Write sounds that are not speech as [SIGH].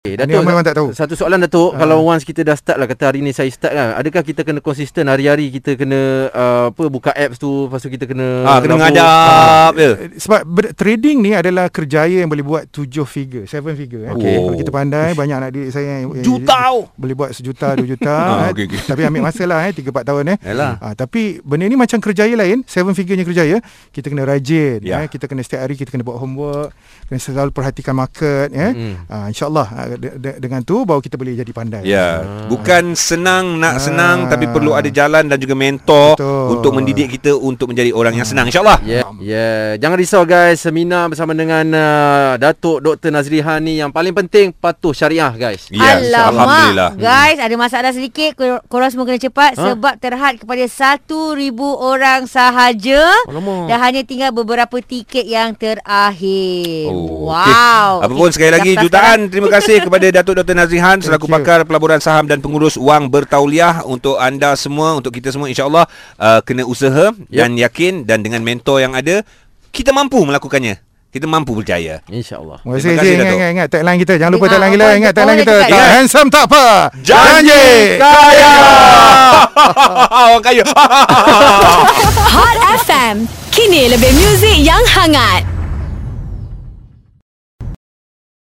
Okay, Ini ramai orang tak tahu. Satu soalan Datuk, Ha. kalau once kita dah start lah kata hari ni saya start lah, adakah kita kena konsisten hari-hari kita kena uh, apa buka apps tu, lepas tu kita kena Ah, labur? kena ya. mengadap Eh. je. Sebab ber- trading ni adalah kerjaya yang boleh buat tujuh figure, seven figure. Eh. Okey. Kalau kita pandai, banyak anak didik saya yang... yang- Jutau. Boleh buat sejuta, dua juta. Ah, eh. okey, okey. Tapi ambil masa lah, eh, tiga, empat tahun. Eh. Yalah. Ah, tapi benda ni macam kerjaya lain, seven figurenya kerjaya, kita kena rajin. Ya. Eh. Kita kena setiap hari, kita kena buat homework, kena selalu perhatikan market. Mm. Eh. Ah, InsyaAllah, ah, de- de- dengan tu baru kita boleh jadi pandai. Ya, bukan senang nak Ah. senang tapi perlu ada jalan dan juga mentor Betul. Ya. untuk mendidik kita untuk menjadi orang yang senang insyaAllah. Yeah, yeah. ya, Jangan risau guys, seminar bersama dengan uh, Datuk Dr. Nazrihan ni yang paling penting patuh syariah guys. Ya, Alhamdulillah. Alamak Hmm. Guys ada masalah sedikit Kor- Korang semua kena Ha? cepat ha? Sebab terhad kepada 1,000 orang sahaja Alamak. Dan hanya tinggal beberapa tiket yang terakhir Oh, okey. Wow Apa pun Eh, sekali lagi daftar jutaan terima kasih kepada Datuk Dr. Nazrihan selaku you. pakar pelaburan saham dan pengurus wang bertauliah untuk anda semua untuk kita semua insyaallah uh, kena usaha yep. dan yakin dan dengan mentor yang ada kita mampu melakukannya. Kita mampu percaya. InsyaAllah. Terima Terima kasih, kasih, Cik. Ingat, Datuk. ingat, ingat. Tagline kita. Jangan lupa Ingat, tagline kita. orang- Ingat tagline orang kita. cakap. Tak Ingat. handsome tak apa. Janji kaya. [LAUGHS] Orang kaya. Hot FM, kini lebih muzik yang hangat.